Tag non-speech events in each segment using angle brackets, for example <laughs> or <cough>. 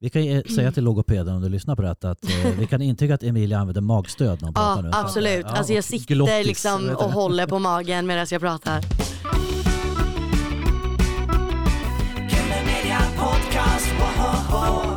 Vi kan ju eh, säga till logopeden om du lyssnar på detta att eh, vi kan intyga att Emilia använder magstöd när <laughs> hon pratar nu. Ja, Så att, eh, absolut. ja, Alltså jag och sitter glottis, liksom vet och du. håller på magen medan jag <laughs> pratar. Media Podcast, woho!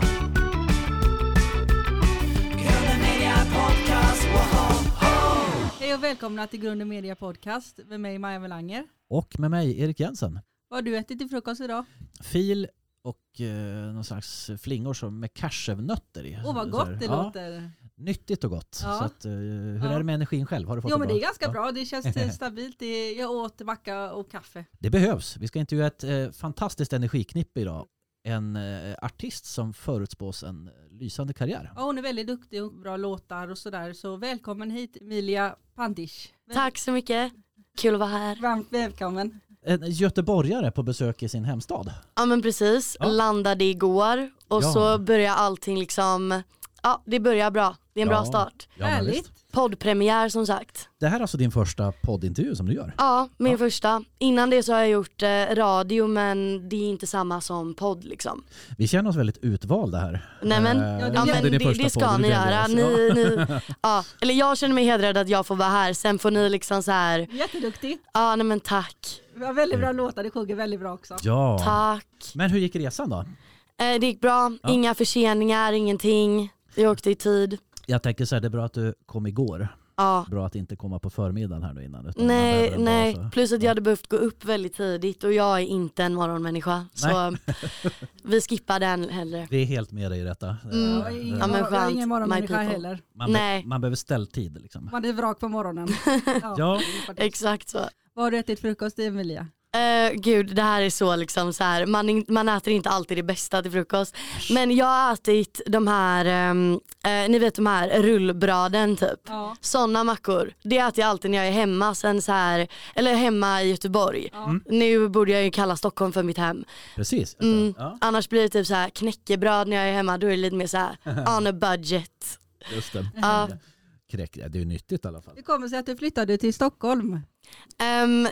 Media Podcast, woho! Hej och välkomna till Grunden Media Podcast med mig Maja Velanger. Och med mig, Erik Jensen. Vad har du ätit till frukost idag? Fil och eh, någon slags flingor som, med cashewnötter i. Åh vad Så här, gott det ja, låter. Nyttigt och gott. Ja. Så att, eh, hur Ja. är det med energin själv? Har du fått Jo det men bra? det är ganska Ja. bra, det <laughs> känns eh, stabilt. Det- Jag åt macka och kaffe. Det behövs. Vi ska intervjua ett eh, fantastiskt energiknippe idag. En eh, artist som förutspås en eh, lysande karriär. Ja, hon är väldigt duktig och bra låtar och sådär. Så välkommen hit Emilia Pandish. Väl- Tack så mycket. Kul att vara här. Varmt välkommen. En göteborgare på besök i sin hemstad. Ja men precis, Ja. landade igår och Ja. så börjar allting liksom, ja det börjar bra. Det är en Ja. bra start. Ja, men visst. Härligt. Poddpremiär som sagt. Det här är alltså din första poddintervju som du gör? Ja, min Ja. första. Innan det så har jag gjort eh, radio men det är inte samma som podd liksom. Vi känner oss väldigt utvalda här. Nej men, Eh, ja, det- eftersom det är men det, din det, första ska podd, ni det är det göra. alltså. Ni, ni, <laughs> ja. Eller jag känner mig hedrad att jag får vara här, sen får ni liksom så här, Jätteduktig. ja nej men tack, Det var väldigt bra låtar, du sjunger väldigt bra också. Ja. tack. Men hur gick resan då? Eh, det gick bra, Ja. inga förseningar, ingenting. Vi åkte i tid. Jag tänker så här, det är bra att du kom igår. Ja. Bra att inte komma på förmiddagen här nu innan. utan man behöver Nej, en nej. dag, så- plus att jag hade behövt gå upp väldigt tidigt och jag är inte en morgonmänniska. Så <laughs> vi skippar den hellre. Vi är helt med dig i detta. Eh, Jag är ingen, Ja, men mor- jag är skönt. ingen My morgonmänniska people. heller. Man, Mm. nej. be- man behöver ställtid liksom. Man är vrak på morgonen. Ja. Exakt så. Vad har du ätit frukost till Emilia? Eh, gud, det här är så liksom så här. Man, in- man äter inte alltid det bästa till frukost. Men jag har ätit de här, ehm, eh, ni vet de här rullbraden typ. Ja. Sådana mackor. Det äter jag alltid när jag är hemma, sen så här, eller hemma i Göteborg. Mm. Nu borde jag ju kalla Stockholm för mitt hem. Precis. Mm. Ja, Annars blir det typ så här knäckebröd när jag är hemma, då är det lite mer <laughs> så här on a budget. just det. Ja. Kräk, det är ju nyttigt i alla fall. Det kommer sig att du flyttade till Stockholm. Ehm,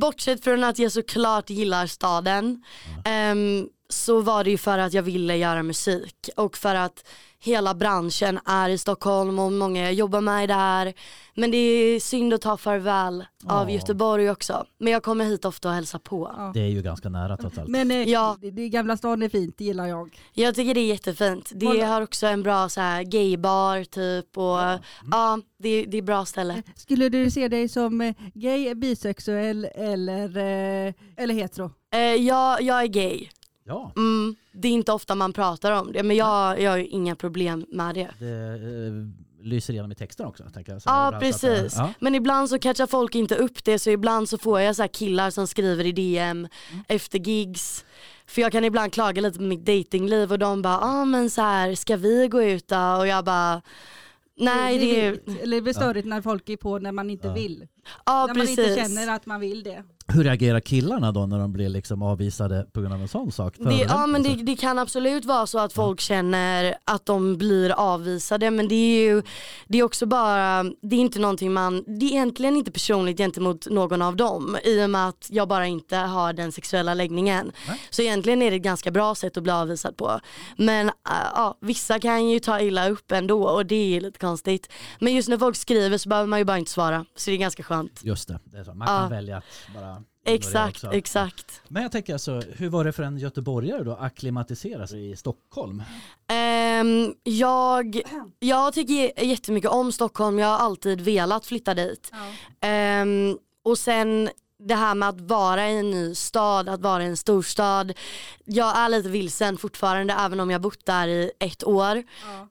bortsett från att jag såklart gillar staden ehm, så var det ju för att jag ville göra musik och för att hela branschen är i Stockholm och många jag jobbar med är där. Men det är synd att ta farväl av Ja. Göteborg också. Men jag kommer hit ofta och hälsar på. Ja. Det är ju ganska nära trots allt. Men eh, Ja. det, det Gamla stan är fint, det gillar jag. Jag tycker det är jättefint. Det Håller- har också en bra så här, gaybar typ och ja, det, det är bra ställe. Skulle du se dig som eh, gay, bisexuell eller, eh, eller hetero? Eh, jag, jag är gay. Ja, Mm, det är inte ofta man pratar om det men jag, jag har ju inga problem med det. det eh, lyser igenom i texten också. Tänker jag. Så det är Ja bra att- precis, Ja. men ibland så catchar folk inte upp det så ibland så får jag så här killar som skriver i DM efter gigs. För jag kan ibland klaga lite på mitt datingliv och de bara, ah, men så här, ska vi gå ut då? Och jag bara, nej det är, vilt. Eller det blir störigt när folk är på när man inte vill. ja när man inte precis. känner att man vill det. Hur reagerar killarna då när de blir liksom avvisade på grund av en sån sak? Det, ja Förolämpning, men det, så. det kan absolut vara så att folk känner att de blir avvisade men det är ju Det är också bara, det är inte någonting man, det är egentligen inte personligt gentemot någon av dem i och med att jag bara inte har den sexuella läggningen. Så egentligen är det ett ganska bra sätt att bli avvisad på. Men äh, ja, vissa kan ju ta illa upp ändå och det är lite konstigt. Men just när folk skriver så behöver man ju bara inte svara så det är ganska skönt. Just det, det är så. man Ja. kan välja att bara ignorera Exakt, också. exakt. Men jag tänker alltså, hur var det för en göteborgare då att acklimatisera sig i Stockholm? Ehm, jag, jag tycker j- jättemycket om Stockholm, jag har alltid velat flytta dit. Ehm, och sen det här med att vara i en ny stad, att vara i en storstad. Jag är lite vilsen fortfarande även om jag bott där i ett år.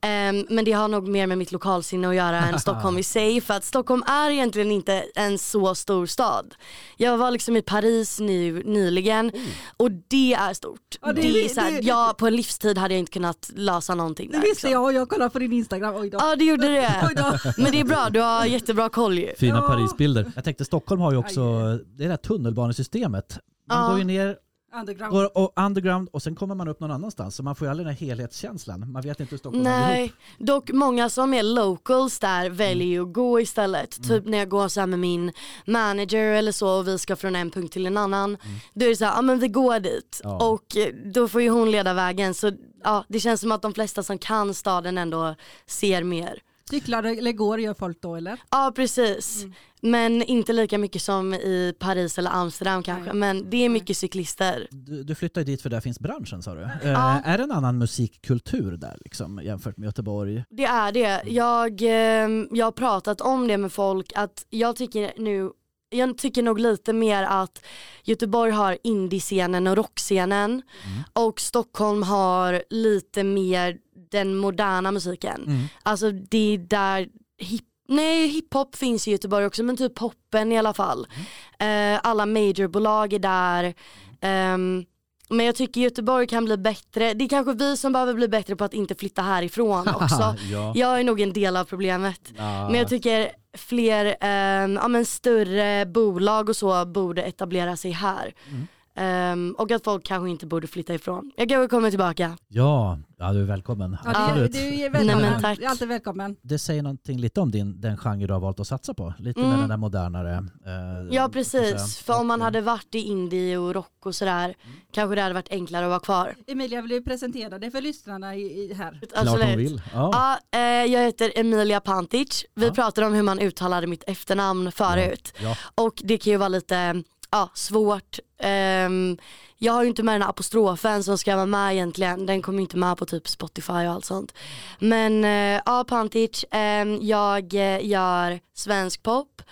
Ehm, men det har nog mer med mitt lokalsinne att göra <laughs> än Stockholm i sig. För att Stockholm är egentligen inte en så stor stad. Jag var liksom i Paris nu, nyligen och det är stort. Ja, det, det- är så här, det- jag, på en livstid hade jag inte kunnat lösa någonting Det där. liksom. visste jag och jag kollade på din Instagram. Oj då. Ja det gjorde det. <laughs> Oj då. <laughs> Men det är bra, du har jättebra koll ju. Fina Ja. Parisbilder. Jag tänkte Stockholm har ju också det där tunnelbanesystemet. Man Ja. går ju ner Underground. Går och underground och sen kommer man upp någon annanstans. Så man får ju aldrig den här helhetskänslan. Man vet inte hur Stockholm hänger ihop. Mm. Nej, dock många som är locals där väljer ju att gå istället. Typ när jag går så här med min manager eller så och vi ska från en punkt till en annan. Då är det så här, ja men vi går dit Mm. Ja. och eh, då får ju hon leda vägen. Så ja, det känns som att de flesta som kan staden ändå ser mer. Cyklar eller går gör folk då eller? Ja precis, Mm. men inte lika mycket som i Paris eller Amsterdam kanske. Men det är mycket cyklister. Du, du flyttade dit för där finns branschen sa du. Eh, Ja. Är det en annan musikkultur där liksom, jämfört med Göteborg? Det är det. Jag, ehm, jag har pratat om det med folk att jag tycker nu jag tycker nog lite mer att Göteborg har indiescenen och rockscenen och Stockholm har lite mer den moderna musiken. Alltså det är där hip Nej hiphop finns i Göteborg också men typ poppen i alla fall. Mm. Eh, alla majorbolag är där. Ehm, men jag tycker Göteborg kan bli bättre. Det är kanske vi som behöver bli bättre på att inte <laughs> flytta härifrån också. ja. Jag är nog en del av problemet. Ja. Men jag tycker fler ehm, ja, men större bolag och så borde etablera sig här. Mm. Ehm, och att folk kanske inte borde flytta ifrån. Jag kanske kommer tillbaka. Ja, ja, du är välkommen. Ja, du, Absolut. du är Nej, välkommen. men tack. Du är alltid välkommen. Det säger någonting lite om din, den genre du har valt att satsa på. Lite med Mm. den där modernare. eh, Ja så att precis, säga. för om man Och, eh, hade varit i indie och rock och sådär kanske det hade varit enklare att vara kvar. Emilia vill ju presentera dig för lyssnarna i, i här. Klart hon vill. Ja. Ja, eh, jag heter Emilia Pantic. Vi Ja. pratade om hur man uttalade mitt efternamn förut. Ja. Och det kan ju vara lite ja, svårt. Ehm, jag har ju inte med den här apostrofen som ska vara med egentligen. Den kommer ju inte med på typ Spotify och allt sånt. Men eh, ja, Pantic. ehm, jag eh, gör svensk pop.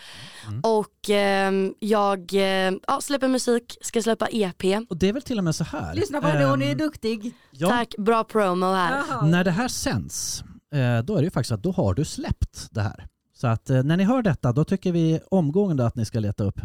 Och ehm, jag eh, ja, släpper musik, ska släppa E EP. Och det är väl till och med så här. Lyssna på henne, hon är Ehm, duktig. ja, Tack, bra promo här. Jaha. När det här sänds, eh, då är det ju faktiskt att då har du släppt det här. Så att eh, när ni hör detta, då tycker vi omgående att ni ska leta upp eh,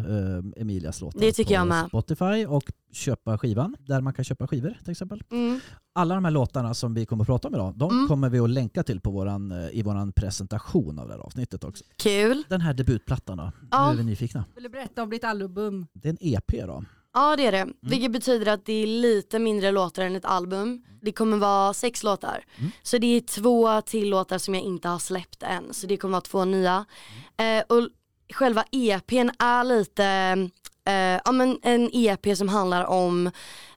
Emilias låtar Det tycker på jag med. Spotify och köpa skivan, där man kan köpa skivor till exempel. Mm. Alla de här låtarna som vi kommer att prata om idag, de Mm. kommer vi att länka till på våran, eh, i vår presentation av det här avsnittet också. Kul. Den här debutplattan då, Ja. nu är vi nyfikna. Vill du berätta om ditt album? Det är en EP då. Ja det är det, vilket betyder att det är lite mindre låtar än ett album. Det kommer vara sex låtar. Så det är två till låtar som jag inte har släppt än, så det kommer vara två nya. Eh, och själva EPn är lite, eh, ja men en EP som handlar om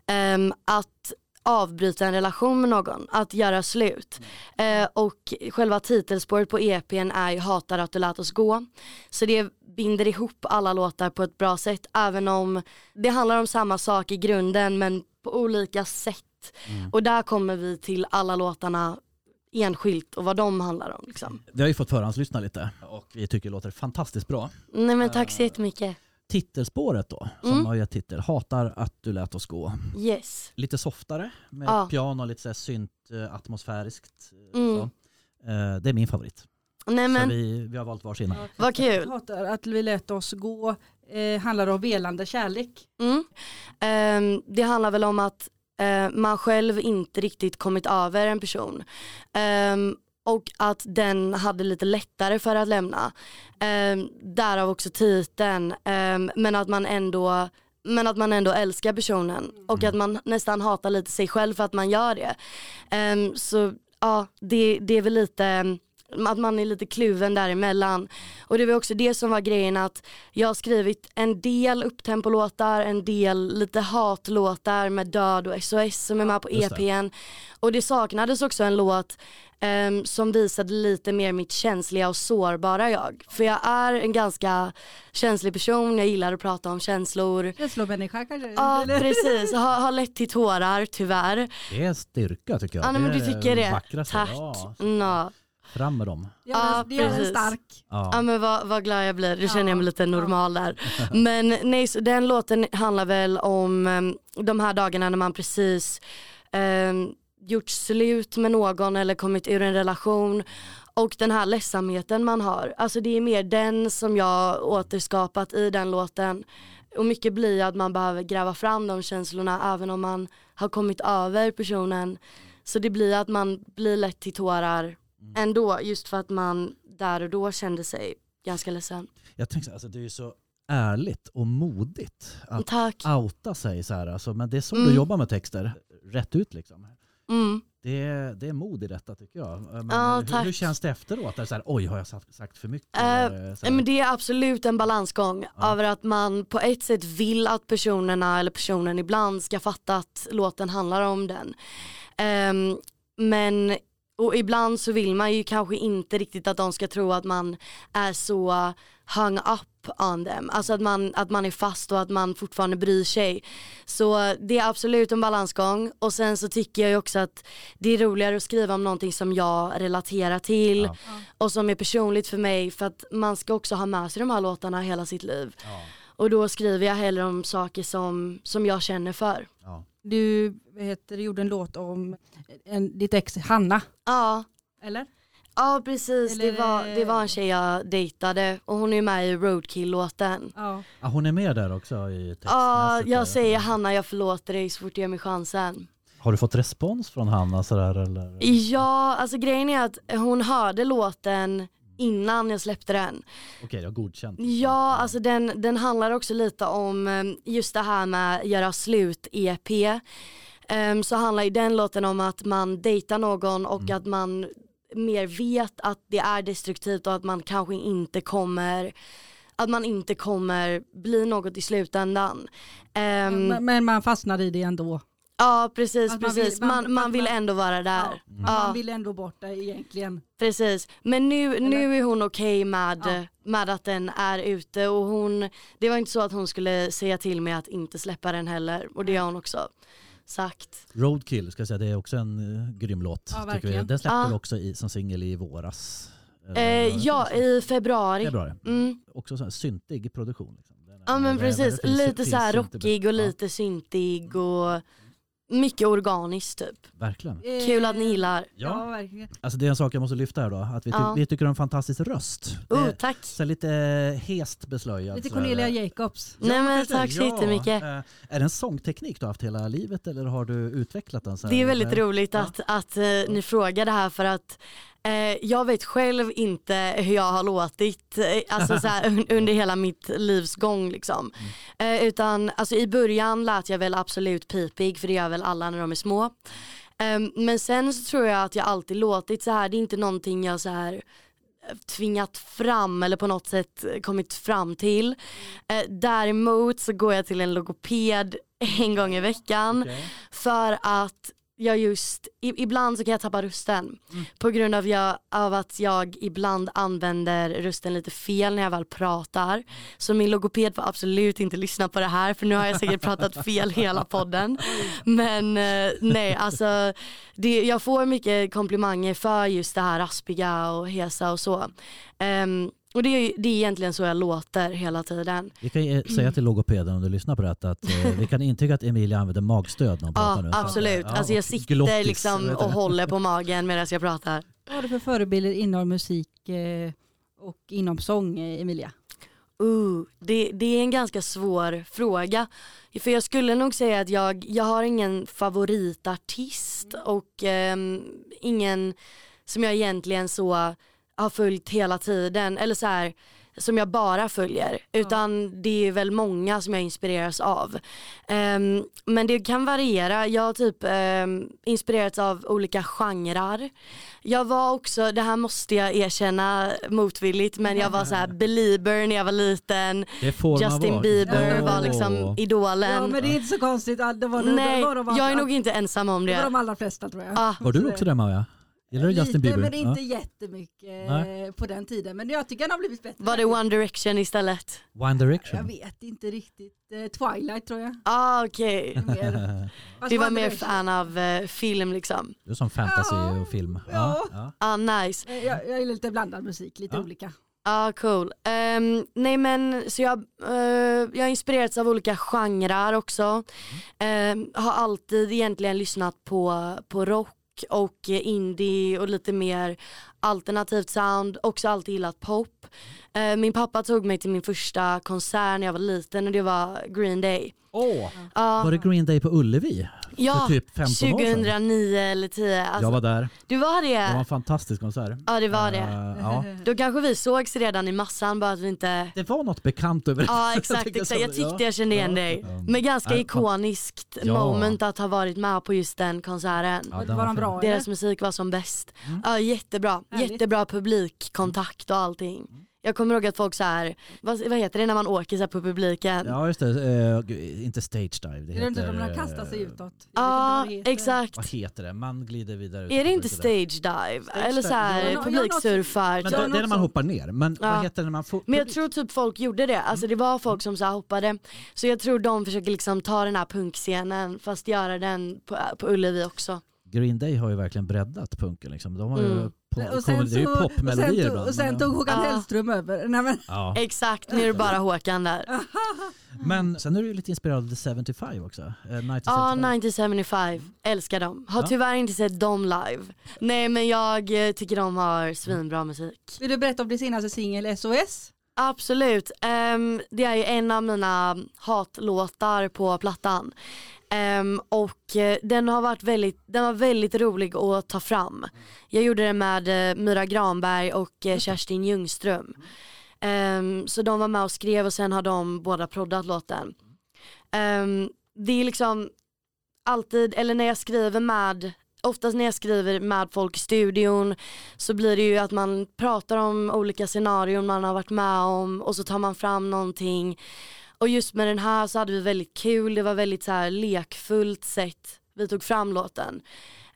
ehm, att avbryta en relation med någon, att göra slut. Eh, och själva titelspåret på EPn är ju Hatar att du lät oss gå. Så det binder ihop alla låtar på ett bra sätt även om det handlar om samma sak i grunden men på olika sätt. Och där kommer vi till alla låtarna enskilt och vad de handlar om. Liksom. Vi har ju fått förhandslyssna lite och vi tycker det låter fantastiskt bra. Nej men tack så jättemycket. Titelspåret då, som Mm. har gett titel, Hatar att du lät oss gå. Yes. lite softare med Ja. piano, lite så här synt, eh, atmosfäriskt. eh, Mm. Så. Eh, Det är min favorit. Nej Så men vi, vi har valt varsin. vad Jag kul. hatar att vi lät oss gå. Eh, handlar om velande kärlek. Mm. Ehm, det handlar väl om att eh, man själv inte riktigt kommit över en person. Ehm, och att den hade lite lättare för att lämna. Ehm, därav också titeln. Ehm, men, att man ändå, men att man ändå älskar personen. Och att man nästan hatar lite sig själv för att man gör det. Ehm, så ja, det, det är väl lite mm, att man är lite kluven däremellan. Och det var också det som var grejen att jag har skrivit en del upptempolåtar, en del lite hatlåtar med död och SOS som är med på Just det. EPn. Och det saknades också en låt ehm, som visade lite mer mitt känsliga och sårbara jag. För jag är en ganska känslig person, jag gillar att prata om känslor. Känslomänniska kanske? <laughs> Ja Eller- precis, har, har lett till tårar tyvärr. Det är styrka tycker jag. Ja, nej, men du tycker det? vackraste. Tack. Mm, Ja, Nå. fram med dem. Det gör Ja, en- det gör en precis. stark. Ja Ja. men vad, vad glad jag blir, då känner jag mig Ja, lite normal där. Men nej, så den låten handlar väl om eh, de här dagarna när man precis eh, gjort slut med någon eller kommit ur en relation och den här ledsamheten man har. Alltså det är mer den som jag återskapat i den låten. Och mycket blir att man behöver gräva fram de känslorna även om man har kommit över personen. Så det blir att man blir lätt till tårar ändå just för att man där och då kände sig ganska ledsen. Jag tänker så här, alltså, det är ju så ärligt och modigt att Tack. outa sig så här. Alltså, men det är så Mm. du jobbar med texter, rätt ut liksom. Mm. Det är, det är mod i detta tycker jag. Men, Ja, eh, hur, tack. hur känns det efteråt? Är det så här, oj, har jag sagt, sagt för mycket? Eh, Eller så här, Nej, Men det är absolut en balansgång Ja. över att man på ett sätt vill att personerna eller personen ibland ska fatta att låten handlar om den. Ehm, men och ibland så vill man ju kanske inte riktigt att de ska tro att man är så hung up on them. Alltså att man, att man är fast och att man fortfarande bryr sig. Så det är absolut en balansgång och sen så tycker jag ju också att det är roligare att skriva om någonting som jag relaterar till Ja. och som är personligt för mig för att man ska också ha med sig de här låtarna hela sitt liv. ja, Och då skriver jag hellre om saker som, som jag känner för. ja. Du vad heter, det, gjorde en låt om en, ditt ex Hanna, Ja, eller? ja precis. Det Eller- var, det var en tjej jag dejtade och hon är ju med i Roadkill-låten. Ja. Ah, hon är med där också i textmässigt? Ja, eller? jag säger Hanna jag förlåter dig så fort jag ger mig chansen. Har du fått respons från Hanna sådär eller? Ja, alltså grejen är att hon hörde låten innan jag släppte den. Okej, jag har godkänt. Ja, alltså den, den handlar också lite om eh, just det här med göra slut-EP. Ehm, så handlar ju den låten om att man dejtar någon och att man mer vet att det är destruktivt och att man kanske inte kommer att man inte kommer bli något i slutändan. Ehm, Men, men man fastnade i det ändå. ja precis, Att man vill- precis. man- man, man att vill man- ändå vara där. Ja. Man, man vill ändå bort det egentligen. Precis, men nu, nu är hon okej med, med att den är ute och hon, det var inte så att hon skulle säga till mig att inte släppa den heller och det har hon också sagt. Roadkill ska jag säga, det är också en uh, grym låt. Ja, tycker vi. verkligen. Den släppte Ja. du också i, som singel i våras. Eller- Eh, ja, i februari. Februari. Mm. Också sån här syntig produktion. Liksom. Den är- Ja men det är precis, väldigt fin- lite fin så här syntebus. rockig och Ja, lite syntig och mycket organiskt typ. verkligen. Kul att ni gillar. Eh, Ja, Ja, verkligen. alltså det är en sak jag måste lyfta här då. Att vi, ty- Ja. vi tycker du har en fantastisk röst. Det Oh, är tack. så här lite eh, hest beslöjad. Lite så här. Cornelia Jacobs. Ja, Nej, men kanske, tack så jättemycket. Eh, Är det en sångteknik du har haft hela livet eller har du utvecklat den? Så här? Det är väldigt Eller- roligt Ja. att, att eh, ni frågar det här för att eh, jag vet själv inte hur jag har låtit eh, alltså, så här, un- under hela mitt livs gång. Liksom. Mm. Eh, utan, alltså, I början lät jag väl absolut pipig för det gör väl alla när de är små. Eh, men sen så tror jag att jag alltid låtit så här. Det är inte någonting jag så här eh, tvingat fram eller på något sätt kommit fram till. Eh, däremot så går jag till en logoped en gång i veckan Okej. för att jag just, i, ibland så kan jag tappa rösten på grund av, jag, av att jag ibland använder rösten lite fel när jag väl pratar. Så min logoped får absolut inte lyssna på det här för nu har jag säkert pratat fel hela podden. Men eh, nej alltså, det, jag får mycket komplimanger för just det här raspiga och hesa och så. Ehm, och det är, ju- det är egentligen så jag låter hela tiden. Vi kan ju eh, säga till logopeden om du lyssnar på det här att eh, vi kan intyga att Emilia använder magstöd när hon pratar Ja nu. Så att, absolut, ja, alltså jag och sitter glottis, liksom vet du. och håller på magen medan jag pratar. Vad har du för förebilder inom musik eh, och inom sång, eh, Emilia? Uh, det, det är en ganska svår fråga. För jag skulle nog säga att jag, jag har ingen favoritartist och ehm, ingen som jag egentligen så har följt hela tiden eller så här som jag bara följer utan det är väl många som jag inspireras av. Ehm, men det kan variera, jag har typ ehm, inspirerats av olika genrer. Jag var också, det här måste jag erkänna motvilligt men jag var så här Belieber när jag var liten, Det får man Justin vara. Bieber Åh. var liksom idolen. ja, men det är inte så konstigt. all- Det var, nog- Nej, det var de, all- jag är nog inte ensam om det var det. de allra flesta tror jag. Ah, Var du också det Maja? Gillar du Justin Bieber? men inte Ja. jättemycket Nej. eh, på den tiden. Men jag tycker han har blivit bättre. var det One Direction istället? One Jag Direction? vet inte riktigt. Eh, Twilight tror jag. Ah, okej. Mer. <laughs> Fast Du var One mer Direction- fan av eh, film liksom. Du är som fantasy Ja. och film. Ja. ja. Ah, nice. Eh, Jag, jag gillar lite blandad musik, lite Ja. olika. Ah, cool. Ehm, nej men så jag, eh, jag har inspirerats av olika genrer också. Ehm, har alltid egentligen lyssnat på, på rock och eh, indie och lite mer alternativt sound, också alltid gillat pop. Eh, min pappa tog mig till min första konsert när jag var liten och det var Green Day. Åh! Ja, Var det Green Day på Ullevi? ja För typ 15 år sedan? 2009 eller 10. Alltså, Jag var där. Du var Det var en det? fantastisk konsert. Ja det var det. Eh, <laughs> ja. Då kanske vi sågs redan i massan bara att vi inte Det var något bekant över Ja <laughs> Jag exakt, tänkte exakt. så- jag tyckte ja. jag kände igen Ja. dig. Ja. Men ganska Ja. ikoniskt Ja. moment att ha varit med på just den konserten. Ja, Mm. den var fin. de bra eller? Deras musik var som bäst. Ja, jättebra. Härligt. Jättebra publikkontakt och allting. Jag kommer ihåg att folk så här, vad, vad heter det när man åker så här på publiken? Ja, Ja just det, Eh, gud, inte stage dive. Det Det är inte heter, att de har eh, kastat sig utåt. exakt. Vad heter det? Man glider vidare. ut Är det på inte publiken. stage dive? Eller så här, dive. Ja, nå- ja, något- publiksurfar. Men typ. det, det är när man hoppar ner. Men Ja. vad heter det när man får... Men jag tror typ folk gjorde det, alltså det var folk som så här hoppade. Så jag tror de försöker liksom ta den här punkscenen fast göra den på, på Ullevi också. Green Day har ju verkligen breddat punken liksom. De har ju... Mm. Po- kommer, det är ju så- och sen, popmelodier tog- ibland. och sen men- tog Håkan Ja. Hellström över. Nej, men, ja. Exakt, nu är det bara Håkan där. Ja, Men sen är du ju lite inspirerad av The 75 också. Eh, Night of ah, 75. 1975, älskar dem. Har Ja. tyvärr inte sett dem live. Nej men jag eh, tycker de har svinbra musik. vill du berätta om din senaste singel SOS? Absolut, Ehm, det är ju en av mina hatlåtar på plattan. Ehm, och eh, den har varit väldigt, den var väldigt rolig att ta fram. Jag gjorde det med eh, Myra Granberg och eh, Kerstin Ljungström. Ehm, så de var med och skrev och sen har de båda proddat låten. Ehm, det är liksom alltid, eller när jag skriver med, oftast när jag skriver med folk i studion så blir det ju att man pratar om olika scenarion man har varit med om och så tar man fram någonting. Och just med den här så hade vi väldigt kul, det var väldigt så här lekfullt sätt vi tog fram låten.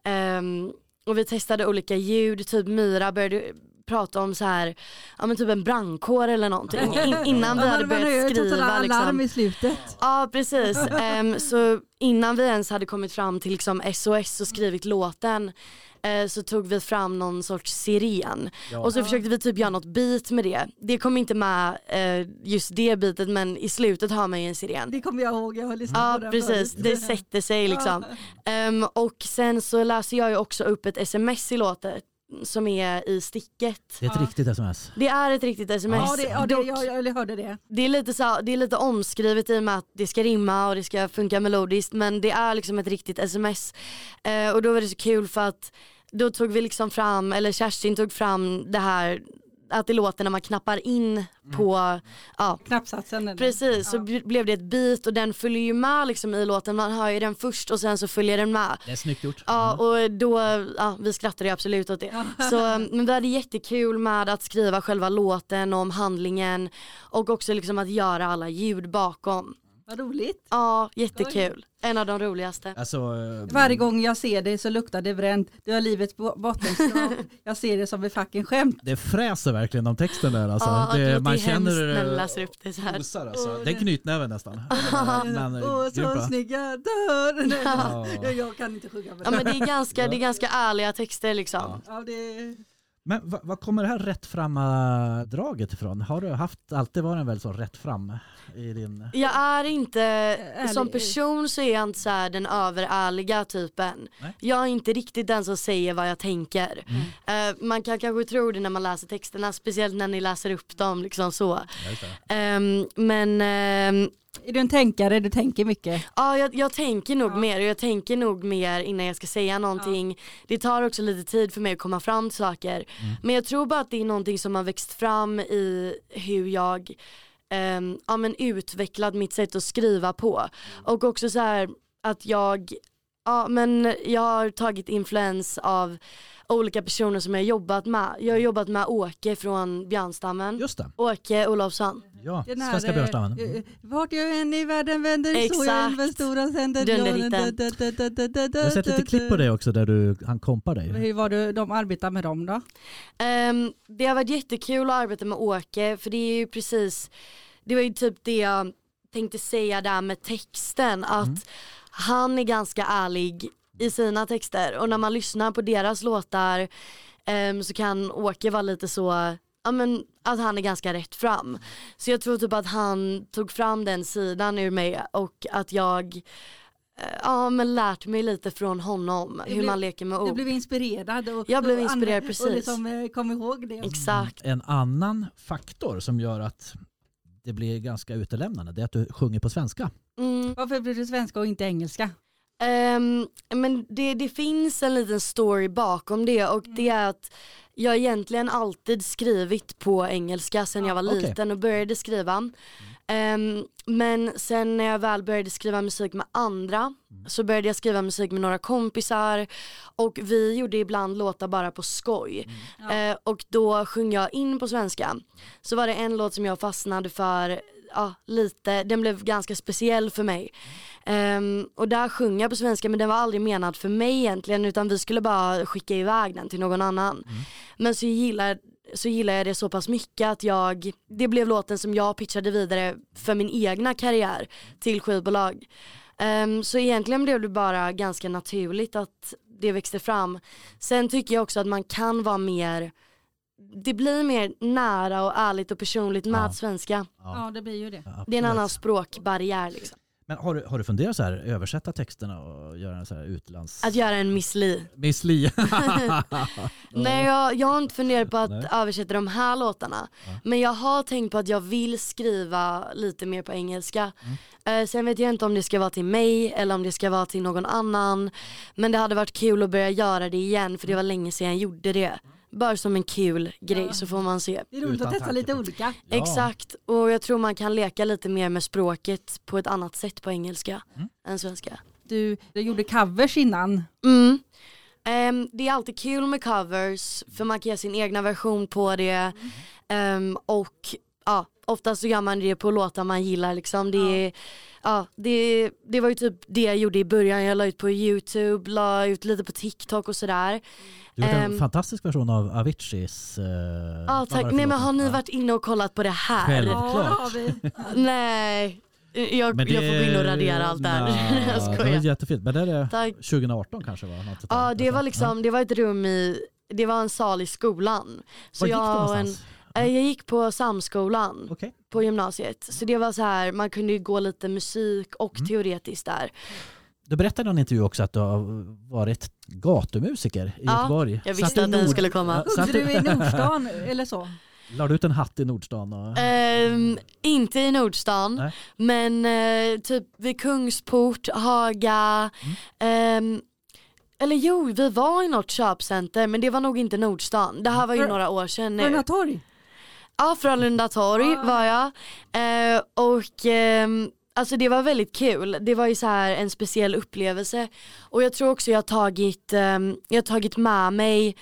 Ehm, och vi testade olika ljud, typ Myra började prata om så här, ja men typ en brandkår eller <laughs> någonting in, innan vi Ja, hade men det var ju börjat totala skriva alarm liksom. i slutet. Ja precis, Ehm, så innan vi ens hade kommit fram till liksom SOS och skrivit låten eh, så tog vi fram någon sorts siren och så försökte vi typ göra något beat med det. Det kom inte med eh, just det beatet men i slutet har man ju en siren. Det kommer jag ihåg, jag har lyssnat Ja på den precis, förut. det sätter sig liksom. Ehm, och sen så läser jag ju också upp ett sms i låten som är i sticket. Det är ett riktigt sms. Det är ett riktigt sms. Ja, det, ja, det, dock- jag, jag hörde det. det är, lite så, här- det är lite omskrivet i och med att det ska rimma och det ska funka melodiskt men det är liksom ett riktigt sms. Eh, och då var det så kul för att då tog vi liksom fram, eller Kerstin tog fram det här att det låter när man knappar in på, ja Knappsatsen. eller? precis så b- blev det ett beat och den följer ju med liksom i låten, man hör ju den först och sen så följer den med. Det är snyggt gjort. Mm. Ja och då, ja, vi skrattade ju absolut åt det. <laughs> Så, mm, men vi hade jättekul med att skriva själva låten om handlingen och också liksom att göra alla ljud bakom. Vad roligt. Ja, jättekul. En av de roligaste. Alltså, eh, Varje gång jag ser dig så luktar det bränt. Du har livets bo- bottenskrap. jag ser det som ett fucking skämt. det fräser verkligen om texten där. Alltså. ja, det, låter man ju hemskt känner när eh, man läser upp det så <laughs> här. osar alltså. Det är knytnäven <laughs> nästan. Men, eh, Åh, så grymt bra. snygga dörr. Nej, Ja. jag, jag kan inte sjunga. Ja Men... men det är ganska, det är ganska ärliga texter liksom. Ja, det... Men va- vad kommer det här rättframma draget ifrån? Har du haft, alltid varit en väldigt så rättfram i din... Jag är inte, Ärlig. som person så är jag inte så här den överärliga typen. Nej. Jag är inte riktigt den som säger vad jag tänker. Eh, man kan kanske tro det när man läser texterna, speciellt när ni läser upp dem liksom så. Ehm, men ehm, Är du en tänkare? Du tänker mycket. ja, jag, jag tänker nog mer och jag tänker nog mer innan jag ska säga någonting. Det tar också lite tid för mig att komma fram till saker. Men jag tror bara att det är någonting som har växt fram i hur jag ehm, ja, men utvecklat mitt sätt att skriva på. Och också så här att jag, ja, men jag har tagit influens av olika personer som jag har jobbat med. Jag har jobbat med Åke från Björnstammen. Just det, Åke Olofsson. ja. Den här, Svenska eh, björnstammen. eh, Vart jag än i världen vänder så jag Exakt. elven stora sänder. Dunderhitten. Jag har sett lite klipp på det också där du, han kompar dig. Hur var det de arbetar med dem då? Ehm, det har varit jättekul att arbeta med Åke för det är ju precis, det var ju typ det jag tänkte säga där med texten att han är ganska ärlig i sina texter och när man lyssnar på deras låtar ehm, så kan Åke vara lite så Ja men att han är ganska rätt fram. Så jag tror typ att han tog fram den sidan ur mig och att jag eh, ja men lärt mig lite från honom Det hur blev- man leker med Du ord. blev inspirerad. Och, Jag blev och inspirerad, andra- precis. Och liksom, eh, kom ihåg det. Exakt. En annan faktor som gör att det blir ganska utelämnande det är att du sjunger på svenska. Mm. Varför blev du svenska och inte engelska? Ehm, men det, det finns en liten story bakom det och det är att jag egentligen alltid skrivit på engelska sen jag var okej. liten och började skriva. Ehm, men sen när jag väl började skriva musik med andra så började jag skriva musik med några kompisar och vi gjorde ibland låtar bara på skoj. Eh, och då sjöng jag in på svenska. Så var det en låt som jag fastnade för ja, lite, den blev ganska speciell för mig. Ehm, och där sjöng jag på svenska men den var aldrig menad för mig egentligen utan vi skulle bara skicka iväg den till någon annan. Men så gillar, så gillar jag det så pass mycket att jag, det blev låten som jag pitchade vidare för min egna karriär till skivbolag. Ehm, så egentligen blev det bara ganska naturligt att det växte fram. Sen tycker jag också att man kan vara mer, det blir mer nära och ärligt och personligt med Ja. svenska. Ja. Ja, det blir ju det. Det är en absolut. annan språkbarriär liksom. Men har du, har du funderat så här, översätta texterna och göra en så här utlands... Att göra en Miss Li. Miss Li. <laughs> Nej jag, jag har inte funderat på att Nej. översätta de här låtarna. Men jag har tänkt på att jag vill skriva lite mer på engelska. Mm. Eh, sen vet jag inte om det ska vara till mig eller om det ska vara till någon annan. Men det hade varit kul att börja göra det igen för det var länge sedan jag gjorde det. Bara som en kul grej så får man se. Det är roligt Utan att testa tanke lite på- olika. Ja. Exakt, och jag tror man kan leka lite mer med språket på ett annat sätt på engelska Mm. än svenska. Du, du gjorde covers innan. Mm. Ehm, det är alltid kul med covers för man kan göra sin egna version på det Ehm, och ja, oftast så gör man det på låtar man gillar liksom. Det, är- ja, det, det var ju typ det jag gjorde i början, jag la ut på youtube, la ut lite på tiktok och sådär. Du har gjort en Ehm. fantastisk version av Aviciis... eh, Ja vad var det tack, för nej men låt? har ni Ja. varit inne och kollat på det här? Själv. Ja, klart. det har vi. Nej, jag, Men jag får gå in och det- radera allt det här. Nja, <laughs> jag Det var skojar. jättefint. Men det är det Tack. 2018 kanske? Va? Något sånt där. Ja det var liksom, det var ett rum i, det var en sal i skolan. Så Var gick du jag, och en, någonstans? eh, jag gick på Samskolan Okej. på gymnasiet. Så det var så här, man kunde ju gå lite musik och Mm. teoretiskt där. Du berättade i en intervju också att du har varit gatumusiker i Ja, Göteborg. jag Satt visste i att den Nord- skulle komma. Ja, Bodde satt du du... i Nordstan eller så? Lade du ut en hatt i Nordstan? Och... Ehm, inte i Nordstan, Nej. men eh, typ vid Kungsport, Haga, Mm. ehm, eller jo, vi var i något köpcenter men det var nog inte Nordstan. Det här var ju Frö- några år sedan nu. Brunna torg? Ja, Frölunda torg Ah. var jag. Eh, och ehm, alltså det var väldigt kul. Det var ju så här en speciell upplevelse. Och jag tror också jag har tagit, ehm, jag har tagit med mig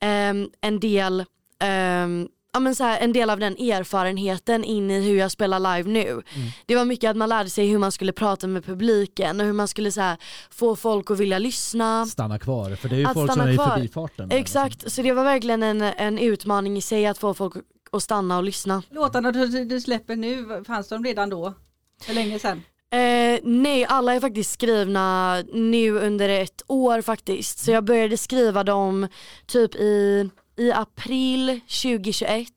ehm, en del ehm, Ja, men så här, en del av den erfarenheten in i hur jag spelar live nu. Det var mycket att man lärde sig hur man skulle prata med publiken och hur man skulle så här, få folk att vilja lyssna. Stanna kvar, för det är ju Att folk som stanna är i kvar. förbifarten. Exakt, så det var verkligen en, en utmaning i sig att få folk att stanna och lyssna. Låtarna du, du släpper nu, fanns de redan då? För länge sedan? Eh, nej, alla är faktiskt skrivna nu under ett år faktiskt. Så jag började skriva dem typ i, i april 2021.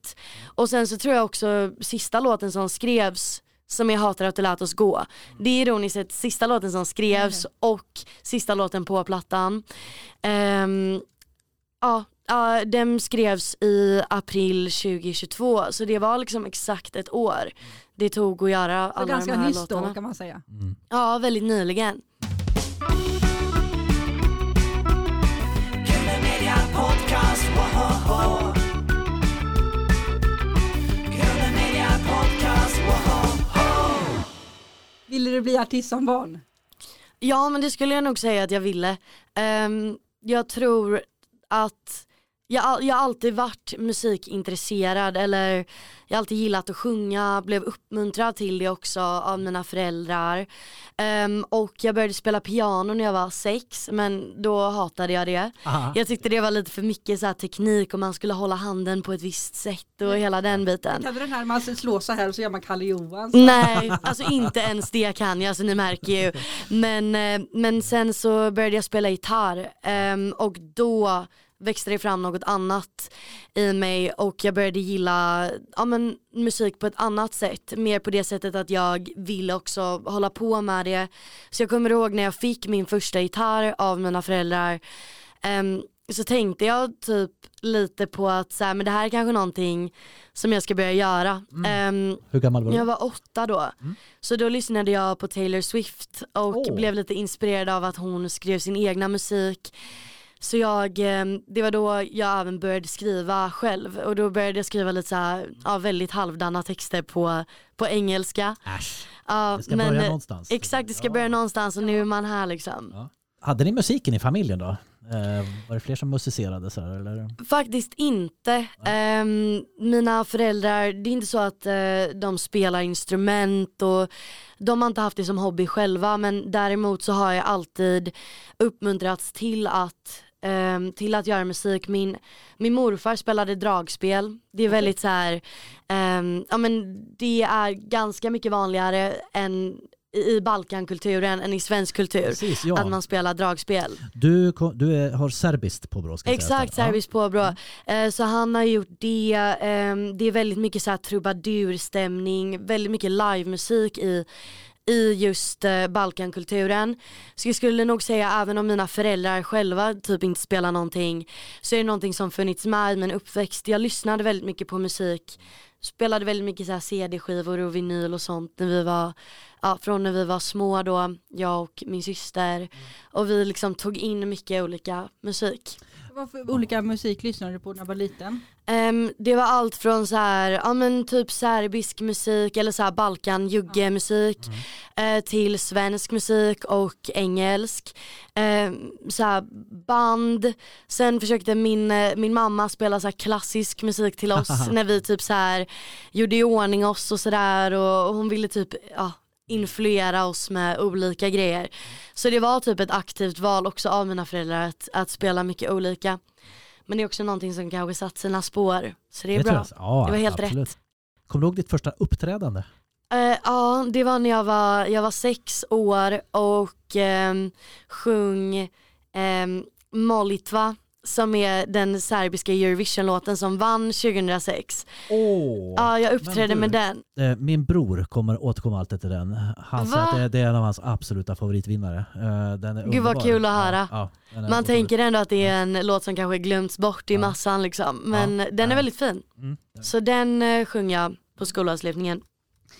Och sen så tror jag också sista låten som skrevs som jag hatar att du lät oss gå. Det är ironiskt sett sista låten som skrevs Mm. och sista låten på plattan. Ehm, ja, ja, den skrevs i april 2022 så det var liksom exakt ett år det tog att göra Så alla de ganska här nyss låtarna. då kan man säga. Ja, väldigt nyligen. Kule Media Podcast, woho! Kule Media Podcast, woho! Ville du bli artist som barn? Ja, men det skulle jag nog säga att jag ville. Ehm, jag tror att jag, al- jag har alltid varit musikintresserad eller jag har alltid gillat att sjunga, blev uppmuntrad till det också av mina föräldrar. Ehm, och jag började spela piano när jag var sex men då hatade jag det. Aha. Jag tyckte det var lite för mycket så här teknik och man skulle hålla handen på ett visst sätt och hela den biten. Kan du den här man slår så här och så gör man Kalle Johan? Nej, alltså inte ens det kan jag, alltså ni märker ju. Men, eh, men sen så började jag spela gitarr ehm, och då växte det fram något annat i mig och jag började gilla ja, men, musik på ett annat sätt. Mer på det sättet att jag ville också hålla på med det. Så jag kommer ihåg när jag fick min första gitarr av mina föräldrar ehm, så tänkte jag typ lite på att så här, men det här är kanske någonting som jag ska börja göra. Ehm, Hur gammal var du? jag var åtta då. Så då lyssnade jag på Taylor Swift och Mm. Åh. blev lite inspirerad av att hon skrev sin egna musik. Så jag, eh, det var då jag även började skriva själv och då började jag skriva lite så här, ja, väldigt halvdana texter på, på engelska. Äsch, Ja, det ska men, börja eh, någonstans. Exakt, det ska börja någonstans och nu är man här liksom. Hade ni musiken i familjen då? Eh, var det fler som musicerade så här, eller? Faktiskt inte. Ehm, mina föräldrar, det är inte så att eh, de spelar instrument och de har inte haft det som hobby själva men däremot så har jag alltid uppmuntrats till att, ehm, till att göra musik. Min, min morfar spelade dragspel. Det är väldigt så här, ehm, ja men det är ganska mycket vanligare än i Balkankulturen än i svensk kultur. Precis, Att ja. man spelar dragspel. Du, ko- du är, har serbiskt påbrå ska jag Exakt, säga. serbisk påbrå. Eh, Så han har gjort det, ehm, det är väldigt mycket så här trubadurstämning, väldigt mycket livemusik i, i just eh, Balkankulturen. Så jag skulle nog säga, även om mina föräldrar själva typ inte spelar någonting, så är det någonting som funnits med i min uppväxt. Jag lyssnade väldigt mycket på musik, spelade väldigt mycket så här CD-skivor och vinyl och sånt när vi var ja, från när vi var små då, jag och min Mm. syster. Och vi liksom tog in mycket olika musik. Vad för olika musik lyssnade du på när du var liten? Ehm, det var allt från så här, ja men typ serbisk musik eller så här balkan jugge musik eh, till svensk musik och engelsk. Ehm, så här band. Sen försökte min, eh, min mamma spela så här klassisk musik till oss när vi typ så här gjorde i ordning oss och sådär och, och hon ville typ ja, influera oss med olika grejer. Så det var typ ett aktivt val också av mina föräldrar att, att spela mycket olika. Men det är också någonting som kanske satt sina spår. Så det är tror bra. jag- alltså? Ja, Det var helt absolut. rätt. Kommer du ihåg ditt första uppträdande? Eh, ja, det var när jag var, jag var sex år och ehm, sjöng um, Molitva som är den serbiska Eurovision-låten som vann 2006. Åh! Ja, jag uppträdde men med du- den. Eh, Min bror kommer återkomma alltid till den. Han säger Va? att det- det är en av hans absoluta favoritvinnare. Eh, Den är Gud, vad underbar. kul att Ja, höra. ja, den är Man otrolig. tänker ändå att det är en låt som kanske glömts bort i massan liksom. Men den är Ja. väldigt fin. Mm. Så den eh, sjöng jag på skolavslutningen.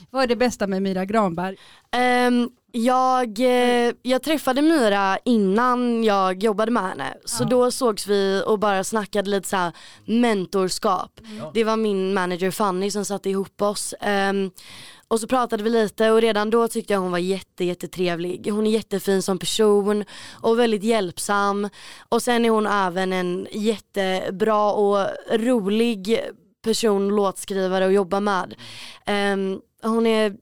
Vad är det bästa med Mira Granberg? Ehm, jag, eh, jag träffade Myra innan jag jobbade med henne. Så då sågs vi och bara snackade lite så här mentorskap. Det var min manager Fanny som satte ihop oss. Ehm, och så pratade vi lite och redan då tyckte jag hon var jätte, jättetrevlig. Hon är jättefin som person och väldigt hjälpsam. Och sen är hon även en jättebra och rolig person, låtskrivare att jobba med. Ehm, hon är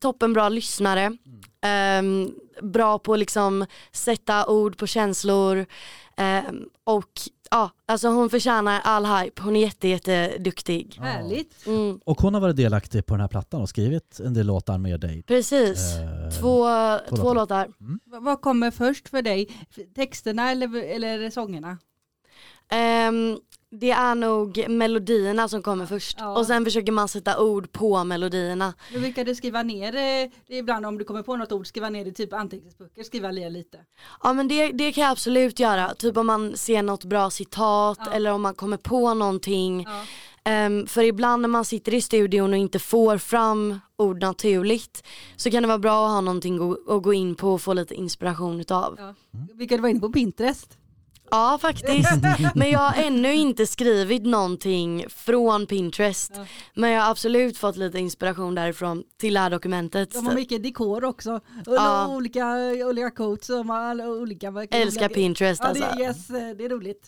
toppenbra lyssnare. Ehm, bra på att liksom sätta ord på känslor. Ehm, och ja, alltså hon förtjänar all hype. Hon är jätte, jätteduktig. Härligt. Mm, Och hon har varit delaktig på den här plattan och skrivit en del låtar med dig. precis. Eh, Två, två två, låtar. låtar. V- Vad kommer först för dig? F- Texterna eller, eller sångerna? Ehm, det är nog melodierna som kommer först Ja. och sen försöker man sätta ord på melodierna. Nu brukar du skriva ner, eh, ibland om du kommer på något ord, skriva ner det i typ anteckningsböcker, skriva ner lite. Ja men det, det kan jag absolut göra, typ om man ser något bra citat Ja. eller om man kommer på någonting. Ja. Ehm, för ibland när man sitter i studion och inte får fram ord naturligt så kan det vara bra att ha någonting go- att gå in på och få lite inspiration utav. Ja, Ja. Vilket du var inne på Pinterest. <laughs> faktiskt. Men jag har ännu inte skrivit någonting från Pinterest. Ja. Men jag har absolut fått lite inspiration därifrån till det här dokumentet. De har mycket dekor också. Och Ja. olika, olika coats och alla olika. Älskar Pinterest Ja, alltså. det, yes, eh, det är roligt.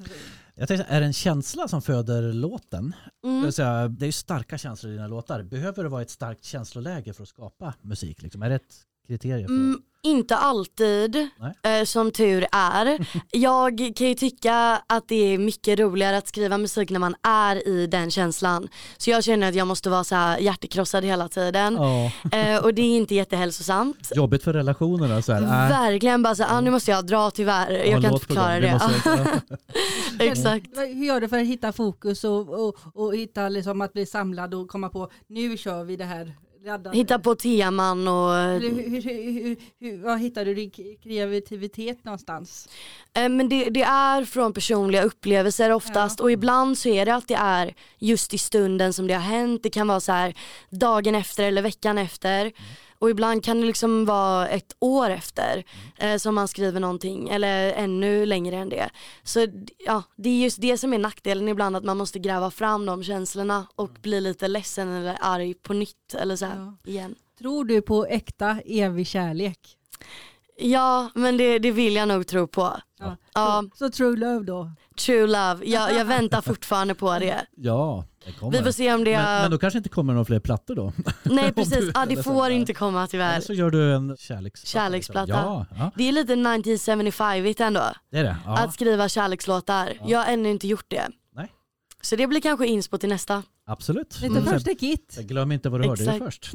Jag tänkte, är det en känsla som föder låten? Mm. Det, vill säga, det är ju starka känslor i dina låtar. Behöver det vara ett starkt känsloläge för att skapa musik? Liksom? Är det ett kriterier? För? Mm, inte alltid, eh, som tur <laughs> är. Jag kan ju tycka att det är mycket roligare att skriva musik när man är i den känslan. Så jag känner att jag måste vara så här hjärtekrossad hela tiden. Ja. Eh, och det är inte jättehälsosamt. Jobbigt för relationerna. Så här, <laughs> nej. Verkligen bara så här, ah, nu måste jag dra tyvärr. Ja, Jag låt kan inte för dem. klara det. måste jag- <laughs> Exakt. Vad- Hur gör du för att hitta fokus och, och, och hitta liksom att bli samlad och komma på nu kör vi det här. laddade. Hitta på teman och... Eller Hur, hur, hur, hur, hur, var hittar du din k- kreativitet någonstans? Eh, Men det, det är från personliga upplevelser oftast och ibland så är det att det är just i stunden som det har hänt. Det kan vara så här dagen efter eller veckan efter. Och ibland kan det liksom vara ett år efter eh, som man skriver någonting eller ännu längre än det. Så d- ja, det är just det som är nackdelen ibland att man måste gräva fram de känslorna och bli lite ledsen eller arg på nytt eller så här igen. Tror du på äkta evig kärlek? Ja men det, det vill jag nog tro på. Ja. Ja. Så, så true love då? True love, jag, jag väntar fortfarande på det. Ja, det kommer. Vi får se om det... Oh men, men då kanske inte kommer några fler plattor då? <laughs> Nej precis, ah, Eller det så får där. inte komma Eller tyvärr. så gör du en kärleksplatta. liksom. Kärleksplatta. Ja, ja, Det är lite 1975-igt ändå, det är det. Ja. att skriva kärlekslåtar. Jag har ännu inte gjort det. Nej. Så det blir kanske inspo till nästa. <laughs> <laughs> Absolut. Lite Mm. första kit. Glöm inte vad du hörde Exakt. först.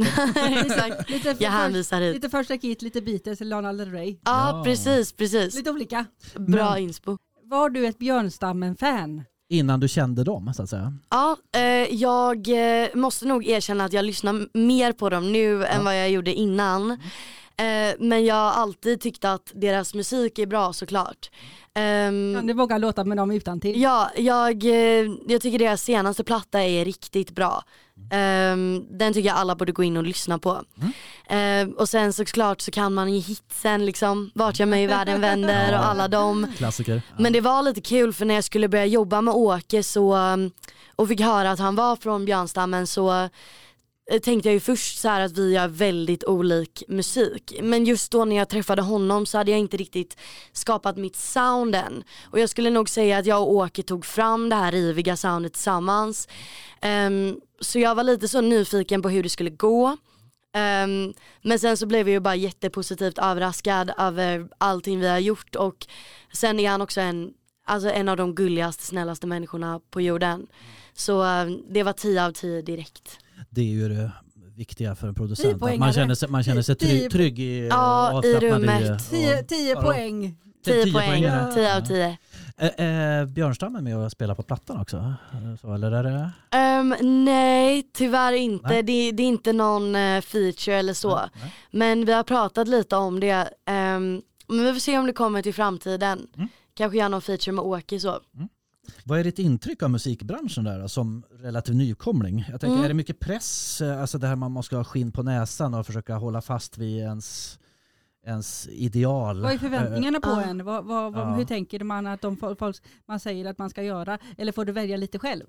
Exakt. Lite, Jag hänvisar hit. lite första kit, lite Beatles, Lana Del Rey. Ja Ja. precis, precis. Lite olika. Bra Men- inspo. Var du ett Björnstammen-fan? Innan du kände dem så att säga. Ja, eh, jag eh, måste nog erkänna att jag lyssnar m- mer på dem nu än vad jag gjorde innan. Mm. Eh, men jag har alltid tyckt att deras musik är bra såklart. Ehm, Kan du våga låta med dem utan till? Ja, jag, eh, jag tycker deras senaste platta är riktigt bra. Ehm, den tycker jag alla borde gå in och lyssna på. Ehm, och sen såklart så kan man ju hitsen liksom, Vart jag mig i världen vänder och alla dem. Klassiker. Men det var lite kul för när jag skulle börja jobba med Åke så, um, och fick höra att han var från Björnstammen så eh, tänkte jag ju först så här att vi gör väldigt olik musik. Men just då när jag träffade honom så hade jag inte riktigt skapat mitt sound än. Och jag skulle nog säga att jag och Åke tog fram det här riviga soundet tillsammans. Ehm, så jag var lite så nyfiken på hur det skulle gå. Ehm, men sen så blev jag ju bara jättepositivt överraskad över allting vi har gjort och sen är han också en, alltså en av de gulligaste, snällaste människorna på jorden. Så ehm, det var 10 av 10 direkt. Det är ju det viktiga för en Tio producent. poäng Att man hade känner sig, man känner sig Tio- trygg, trygg i Ja, i avslappnad rummet. och- Tio, tio Ja. poäng. 10 poäng poäng, är det. 10 av 10. Eh, eh, Björnstammen med och spelar på plattan också? Eh, Så, eller är det? Ehm, nej, tyvärr inte. Nej. Det, det är inte någon eh, feature eller så. Nej. Men vi har pratat lite om det. Ehm, men vi får se om det kommer till framtiden. Mm. Kanske göra någon feature med Åke så. Vad är ditt intryck av musikbranschen där då, som relativ nykomling? Jag tänker, Mm. är det mycket press? eh, Alltså det här man måste ha skinn på näsan och försöka hålla fast vid ens, ens ideal. Vad är förväntningarna på Ja. en? Vad, vad, vad, Ja. Hur tänker man att de fol- folk man säger att man ska göra? Eller får du välja lite själv?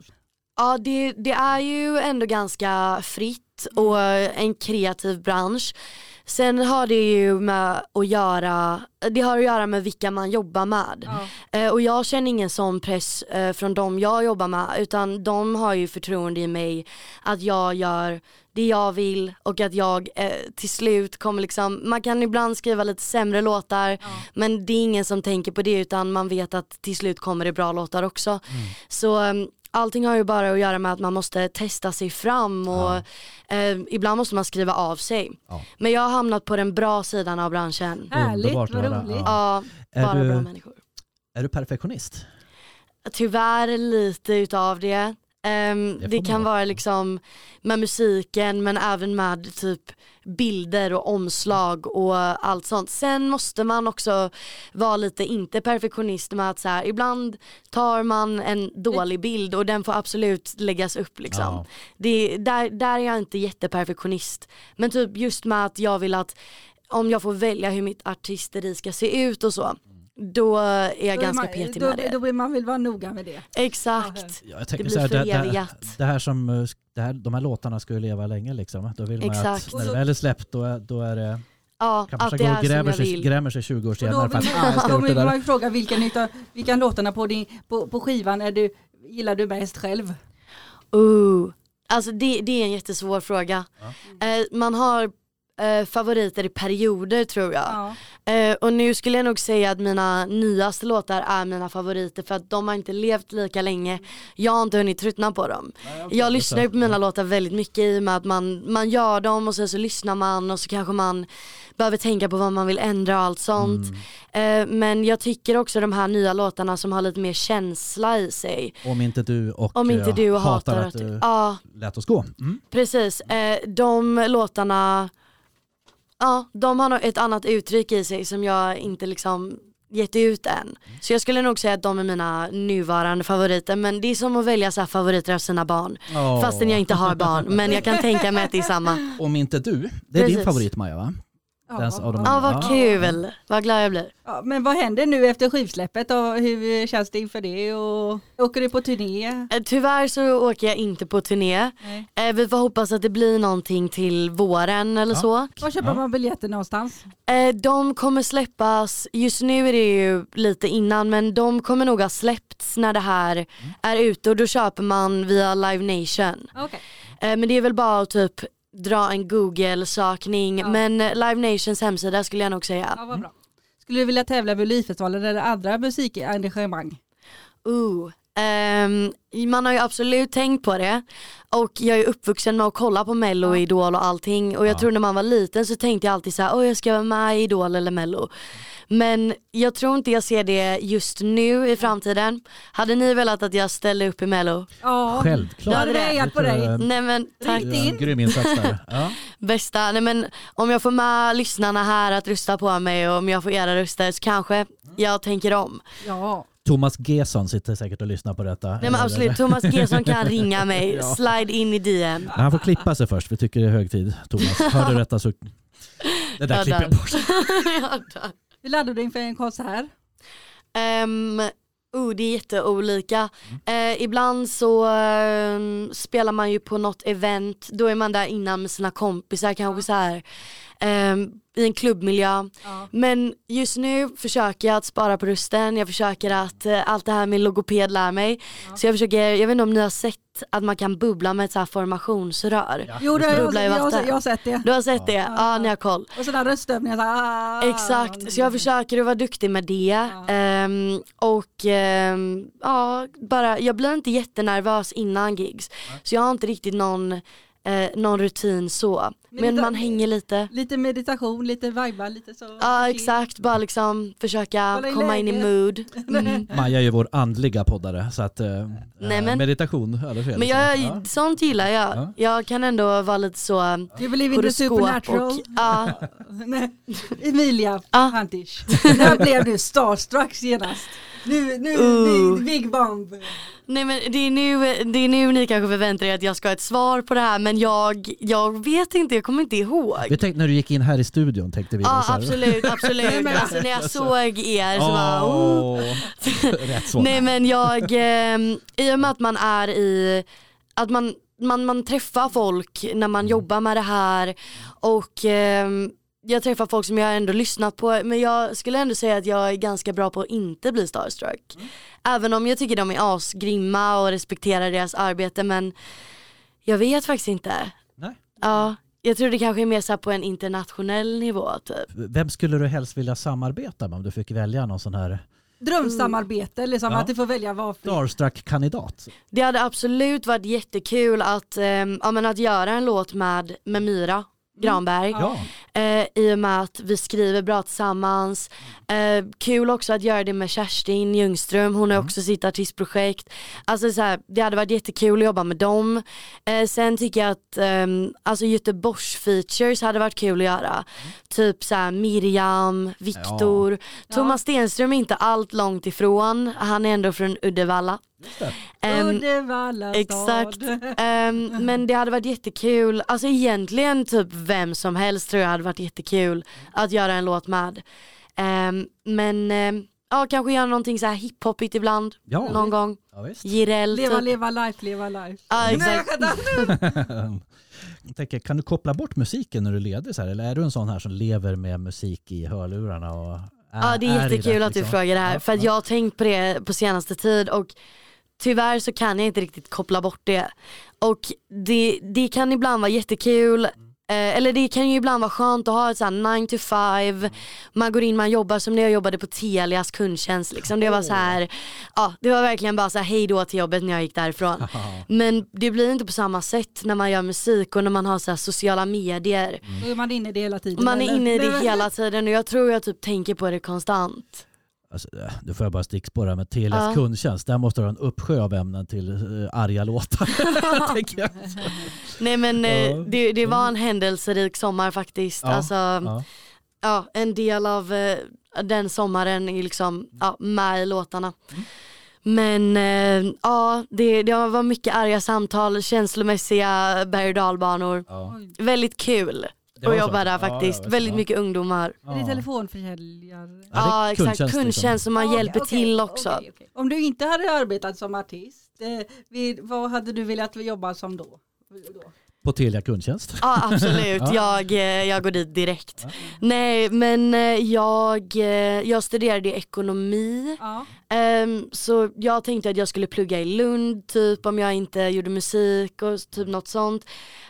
Ja det, det är ju ändå ganska fritt och en kreativ bransch. Sen har det ju med att göra, det har att göra med vilka man jobbar med. Eh, Och jag känner ingen sån press eh, från de jag jobbar med utan de har ju förtroende i mig att jag gör det jag vill och att jag eh, till slut kommer liksom, man kan ibland skriva lite sämre låtar men det är ingen som tänker på det utan man vet att till slut kommer det bra låtar också. Så eh, allting har ju bara att göra med att man måste testa sig fram och eh, ibland måste man skriva av sig. Ja. Men jag har hamnat på den bra sidan av branschen. Härligt, Underbart vad att höra. roligt. Ja. Ja, Är bara du- bra människor. Eh, Är du perfektionist? tyvärr lite utav det. Ehm, Det får det, man kan vara. vara liksom med musiken men även med typ bilder och omslag och allt sånt. Sen måste man också vara lite inte perfektionist med att så här, ibland tar man en dålig bild och den får absolut läggas upp liksom. Ja. Det, där, där är jag inte jätteperfektionist. Men typ just med att jag vill att om jag får välja hur mitt artisteri ska se ut och så, då är jag Då är ganska man- petig då, med det. Då vill man vill vara noga med det. Exakt. Ja, jag tänker Det så här, blir det, det, förevigat. det här som, eh, det här, de här låtarna ska ju leva länge liksom. Då vill man att Exakt. när det väl är släppt då, är- då är det, Ja, att kanske det går är och som jag gräver sig, vill. grämer sig 20 år Och senare. då vill, faktiskt. man, Ah, jag ska då gjort det vill <laughs> man där. ju fråga vilken, utav, vilken låtarna på, din, på, på skivan är du, gillar du bäst själv? Uh. Ooh. Alltså det, det är en jättesvår fråga. Eh, man har eh, favoriter i perioder tror jag. Ja. Eh, och nu skulle jag nog säga att mina nyaste låtar är mina favoriter för att de har inte levt lika länge. Jag har inte hunnit tröttna på dem. jag Mm. lyssnar ju på mina låtar väldigt mycket i och med att man, man gör dem och sen så lyssnar man och så kanske man behöver tänka på vad man vill ändra och allt sånt. Eh, men jag tycker också de här nya låtarna som har lite mer känsla i sig. Om inte du och Om inte eh, du hatar, hatar att du du... Ja, lät oss gå. Mm. precis. Eh, de låtarna, ja, de har nog ett annat uttryck i sig som jag inte liksom gett ut än. Så jag skulle nog säga att de är mina nuvarande favoriter men det är som att välja så här favoriter av sina barn. Åh. Fastän jag inte har barn men jag kan tänka mig att det är samma. Om inte du, det är din Precis. favorit Maja va? Ja. Dance av de- Ja Ja. vad kul, vad glad jag blir. Ja, men vad händer nu efter skivsläppet och hur känns det inför det? Och, åker du på turné? Eh, Tyvärr så åker jag inte på turné. Nej. Eh, Vi får hoppas att det blir någonting till våren eller Ja. så. Var köper Ja. man biljetter någonstans? Eh, de kommer släppas, just nu är det ju lite innan men de kommer nog ha släppts när det här är ute och då köper man via Live Nation. Okej. Eh, men det är väl bara att typ dra en google-sökning men eh, Live Nations hemsida skulle jag nog säga. Ja, vad bra. Mm. Skulle du vilja tävla vid Melodifestivalen eller andra musikengagemang? Ooh. Ehm, man har ju absolut tänkt på det och jag är uppvuxen med att kolla på mello och idol och allting och jag tror när man var liten så tänkte jag alltid så här, åh jag ska vara med i idol eller mello. Men jag tror inte jag ser det just nu i framtiden. Hade ni velat att jag ställde upp i mello? Ja, jag Självklart. hade rejat på Det tror dig. jag- Nej men tack, det är en Grym insats <laughs> där. Ja. bästa. Nej men om jag får med lyssnarna här att rösta på mig och om jag får era röster så kanske jag tänker om. Ja. Thomas Gesson sitter säkert och lyssnar på detta. Nej men absolut, Thomas Gesson kan ringa mig, Ja. slide in i DM. Men Han får klippa sig först, vi tycker det är hög tid Thomas. <laughs> Hör du detta så... Det där Jag klipper jag dör. bort. Jag dör. Hur laddar du inför en konsert? Ehm, oh, det är jätteolika. Eh, ibland så ehm, spelar man ju på något event, då är man där innan med sina kompisar kanske så här ehm, i en klubbmiljö. Men just nu försöker jag att spara på rösten, jag försöker att eh, allt det här min logoped lär mig. Så jag försöker, jag vet inte om ni har sett att man kan bubbla med ett så här formationsrör. Jo, det har jag, Bubbla i jag, har- vatten. jag har sett det. Du har sett det? Ja, ni har koll. Och sådana röstövningar. Så, här, ah. Exakt, så jag försöker att vara duktig med det. Ehm, och ehm, ja, bara, jag blir inte jättenervös innan gigs. Så jag har inte riktigt någon, eh, någon rutin så. Men, lite- man hänger lite. Lite meditation, lite vibba, lite så. Ja exakt, bara liksom försöka Kolla i komma in i läget. mood. <laughs> Mm. Maja är ju vår andliga poddare så att eh, Nej, men- meditation, eller fel. Men jag, ja. sånt gillar jag. Ja. Jag kan ändå vara lite så eh, You believe in the horoskop supernatural? och ja, Nej. Emilia Ah. Hantish. Där blev du starstruck senast. Nu, nu, Ooh. big, big bomb. Nej men det är, nu, det är nu ni kanske förväntar er att jag ska ha ett svar på det här men jag, jag vet inte, jag kommer inte ihåg. Vi tänkte när du gick in här i studion tänkte vi. Ja så här- absolut, absolut. alltså, när jag såg er så bara oh. Åh, <laughs> Rätt svar. Nej men jag, eh, i och med att man är i, att man, man, man träffar folk när man jobbar med det här och ehm, jag träffar folk som jag ändå lyssnat på men jag skulle ändå säga att jag är ganska bra på att inte bli starstruck. Även om jag tycker de är asgrymma och respekterar deras arbete men jag vet faktiskt inte. Nej. Ja, jag tror det kanske är mer så här på en internationell nivå typ. Vem skulle du helst vilja samarbeta med om du fick välja någon sån här Drömsamarbete, liksom, Ja. att du får välja vad för- starstruck-kandidat? Det hade absolut varit jättekul att, ehm, ja, men att göra en låt med, med Myra Granberg. Ja. Eh, I och med att vi skriver bra tillsammans. Eh, kul också att göra det med Kerstin Ljungström, hon har också sitt artistprojekt. Alltså så här, det hade varit jättekul att jobba med dem. Eh, sen tycker jag att ehm, alltså Göteborgs features hade varit kul att göra. Typ så här Miriam, Viktor. Thomas Stenström är inte allt långt ifrån, han är ändå från Uddevalla. Ehm, Uddevalla stad. <laughs> Exakt. Ehm, men det hade varit jättekul, alltså egentligen typ vem som helst tror jag hade varit jättekul att göra en låt med. Ehm, men ehm, ja, kanske göra någonting så här hiphopigt ibland, Ja. någon gång. Ja, visst. Jireel Leva, typ. leva life, leva life. Ja, Nej, exakt. vänta. Jag tänker, kan du koppla bort musiken när du leder så här? Eller är du en sån här som lever med musik i hörlurarna? Och är, Ja det är i jättekul det, att du liksom? frågar det här för att jag har tänkt på det på senaste tid och tyvärr så kan jag inte riktigt koppla bort det. Och det, det kan ibland vara jättekul Eh, eller det kan ju ibland vara skönt att ha ett såhär 9 to 5, man går in, man jobbar som när jag jobbade på Telias kundtjänst liksom. Det var så här, ja det var verkligen bara såhär hej då till jobbet när jag gick därifrån. Men det blir inte på samma sätt när man gör musik och när man har så här sociala medier. Då är man inne i det hela tiden. Man är eller? inne i det Nej, men- hela tiden och jag tror jag typ tänker på det konstant. Alltså, äh, nu får jag bara stickspåra med Telias Ja. kundtjänst. Där måste du ha en uppsjö av ämnen till äh, arga <laughs> låtar. <laughs> tänker jag. Nej men eh, Ja. Mm. det, det var en händelserik sommar faktiskt. Ja, Alltså, ja. Ja. en del av eh, den sommaren är liksom ja, med i låtarna. Mm. Men eh, ja, det, det var mycket arga samtal, känslomässiga berg och dalbanor. Ja. Oj. Väldigt kul Det var att så. jobba där Ja, faktiskt. ja, visst, Väldigt ja. mycket ungdomar. Ja. Är det telefonförsäljare? Ja, det är exakt, kundtjänst liksom. som man Ja, hjälper okej, till okej, också. okej, okej. Om du inte hade arbetat som artist, eh, vid, vad hade du velat jobba som då? då? På Telia kundtjänst. <laughs> Ja <laughs> absolut, Jag, eh, jag går dit direkt. Nej men eh, jag, eh, jag studerade ekonomi Ja. Ehm, så jag tänkte att jag skulle plugga i Lund typ om jag inte gjorde musik och typ något sånt.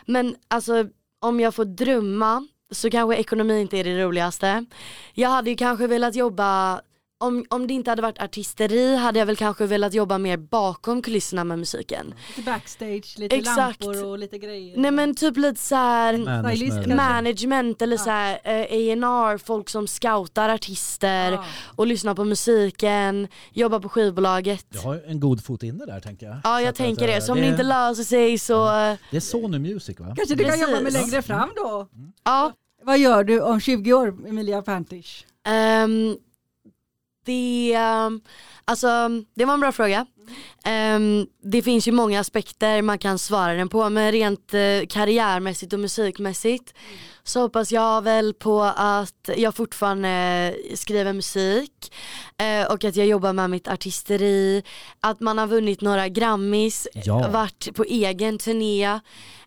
Men alltså om jag får drömma så kanske ekonomi inte är det roligaste. Jag hade ju kanske velat jobba, om, om det inte hade varit artisteri hade jag väl kanske velat jobba mer bakom kulisserna med musiken. Lite backstage, lite Exakt. lampor och lite grejer. Nej men typ lite såhär Management. Mm. management eller eh, såhär A&R, folk som scoutar artister Ja. och lyssnar på musiken, jobbar på skivbolaget. Jag har ju en god fot inne där tänker jag. Ja Så jag att, tänker alltså, det, så om det inte löser sig så eh, ja. Det är Sony Music va? Kanske du kan Precis. jobba med längre fram då? ja Mm. Vad gör du om 20 år, Emilia Pantish? ehm, det, ehm, alltså, det var en bra fråga. Ehm, det finns ju många aspekter man kan svara den på men rent eh, karriärmässigt och musikmässigt så hoppas jag väl på att jag fortfarande skriver musik eh, och att jag jobbar med mitt artisteri, att man har vunnit några Grammis, Ja. varit på egen turné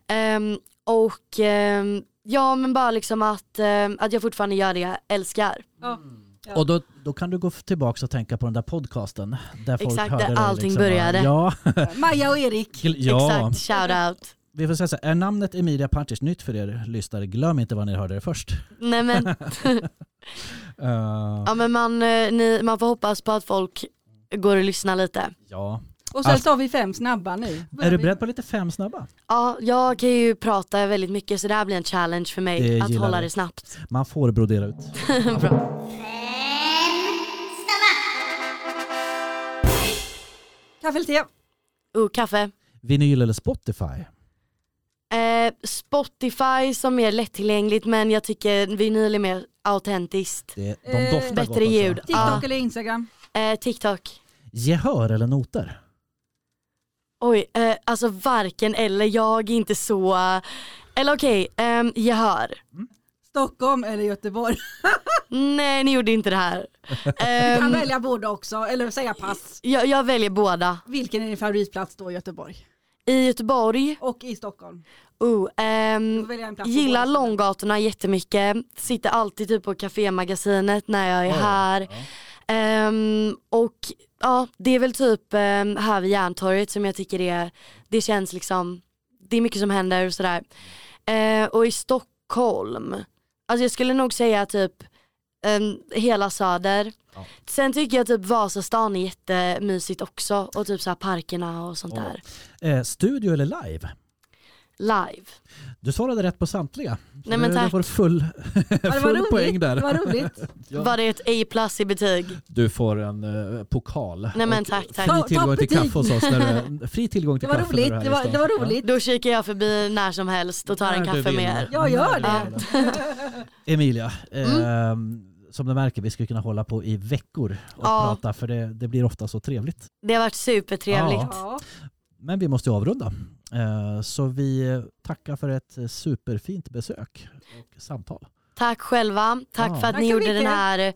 ehm, och ehm, ja men bara liksom att, ehm, att jag fortfarande gör det jag älskar. Ja. Och då, då kan du gå tillbaka och tänka på den där podcasten. Där folk Exakt, hörde där dig, allting liksom, va? började. <laughs> Ja, Maja och Erik. ja. Exakt, shoutout. vi får säga så här, är namnet Emilia Pantic nytt för er lyssnare, glöm inte var ni hörde det först. Nej men, <laughs> Eh, ja, men man, eh, ni, man får hoppas på att folk går och lyssnar lite. ja. Och sen Alltså- tar vi fem snabba nu. Är du beredd på lite fem snabba? Ja, jag kan ju prata väldigt mycket så det här blir en challenge för mig Det att gillar hålla vi. det snabbt. Man får brodera ut. Kaffe eller te? Och Uh, kaffe. Vinyl eller Spotify? Eh, Spotify som är lättillgängligt men jag tycker vinyl är mer autentiskt. Det, de Eh, doftar gott bättre också. ljud. TikTok Ja. eller Instagram? Eh, TikTok. Gehör eller noter? Oj, eh, alltså varken eller. Jag är inte så... Eller okej, ehm, gehör. Stockholm eller Göteborg? Nej, ni gjorde inte <laughs> det här. Du kan Ehm, välja båda också, eller säga pass. jag, jag väljer båda. Vilken är din favoritplats då i Göteborg? I Göteborg, Och i Stockholm? oh, ehm, Du får välja en plats på båda Gillar ställena. långgatorna jättemycket, sitter alltid typ på Cafémagasinet när jag är här. Ehm, och ja, det är väl typ ehm, här vid Järntorget som jag tycker är, det känns liksom, det är mycket som händer och sådär. Eh, och i Stockholm, alltså jag skulle nog säga typ ehm, hela söder. Ja. Sen tycker jag typ Vasastan är jättemysigt också och typ så här parkerna och sånt Ja. där. Eh, studio eller live? Live. Du svarade rätt på samtliga. Så Nej, men du, du tack. får full, Ja, det var full roligt. poäng Det där. var roligt. Ja. Var det ett A plus i betyg? Du får en eh, pokal. Nej men Och tack Fri tack. Ta- tillgång till toppbetyg. kaffe hos oss. När <laughs> du, fri tillgång Det till var kaffe roligt. när du Det är här var, i det stan. var roligt. Då kikar jag förbi när som helst och tar en När du kaffe vill. med er. Jag gör När du det. vill. <laughs> Emilia, eh, som du märker, vi skulle kunna hålla på i veckor och Mm. Ja. prata för det, det blir ofta så trevligt. Det har varit supertrevligt. Ja. Ja. Men vi måste ju avrunda. Eh, så vi tackar för ett superfint besök och samtal. Tack själva. Tack Ja. för att Tack ni så gjorde mycket. den här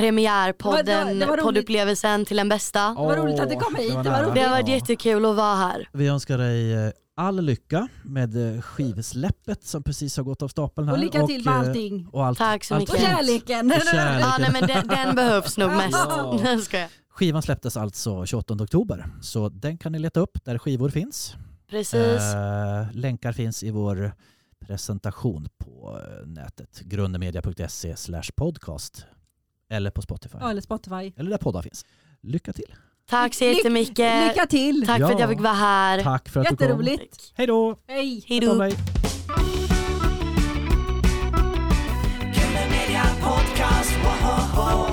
premiärpodden, Det var- det var roligt. poddupplevelsen till den bästa. Det var roligt att du kom hit. Det var nära. roligt. Det har varit jättekul att vara här. Vi önskar dig eh, all lycka med eh, skivsläppet som precis har gått av stapeln här. Och lycka till med eh, allting. Och allt, Tack så allt mycket. Och fint. kärleken. Och kärleken. Ja, nej, men den, den behövs nog mest. Ja. <laughs> Jag skojar. Skivan släpptes alltså 28 oktober, så den kan ni leta upp där skivor finns. Precis. Eh, länkar finns i vår presentation på eh, nätet. Grundemedia.se slash podcast. Eller på Spotify. Ja, eller Spotify. Eller där poddar finns. Lycka till. Tack så Lyck- jättemycket. Lycka till! Tack för att Ja. jag fick vara här. Tack för att du kom. Jätteroligt. Hej då! Hej! Hej då. Kul med media podcast, woho, ho.